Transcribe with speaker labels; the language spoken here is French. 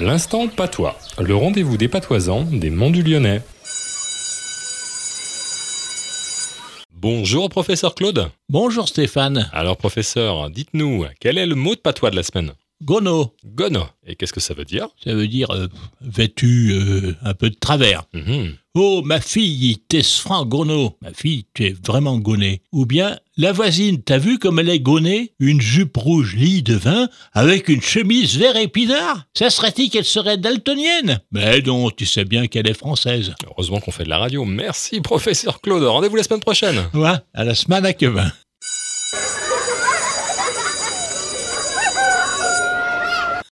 Speaker 1: L'instant patois, le rendez-vous des patoisans des Monts du Lyonnais. Bonjour professeur Claude.
Speaker 2: Bonjour Stéphane.
Speaker 1: Alors professeur, dites-nous, quel est le mot de patois de la semaine
Speaker 2: Gono,
Speaker 1: Gono. Et qu'est-ce que ça veut dire
Speaker 2: ça veut dire euh, vêtu euh, un peu de travers.
Speaker 1: Mhm.
Speaker 2: Oh, ma fille, t'es ce franc gono. Ma fille, t'es vraiment gonée. Ou bien, la voisine, t'as vu comme elle est gonée Une jupe rouge lit de vin avec une chemise vert épinard Ça serait-il qu'elle serait daltonienne Mais non, tu sais bien qu'elle est française.
Speaker 1: Heureusement qu'on fait de la radio. Merci professeur Claude. Rendez-vous la semaine prochaine.
Speaker 2: Ouais, Hein? à la semaine à Quevin.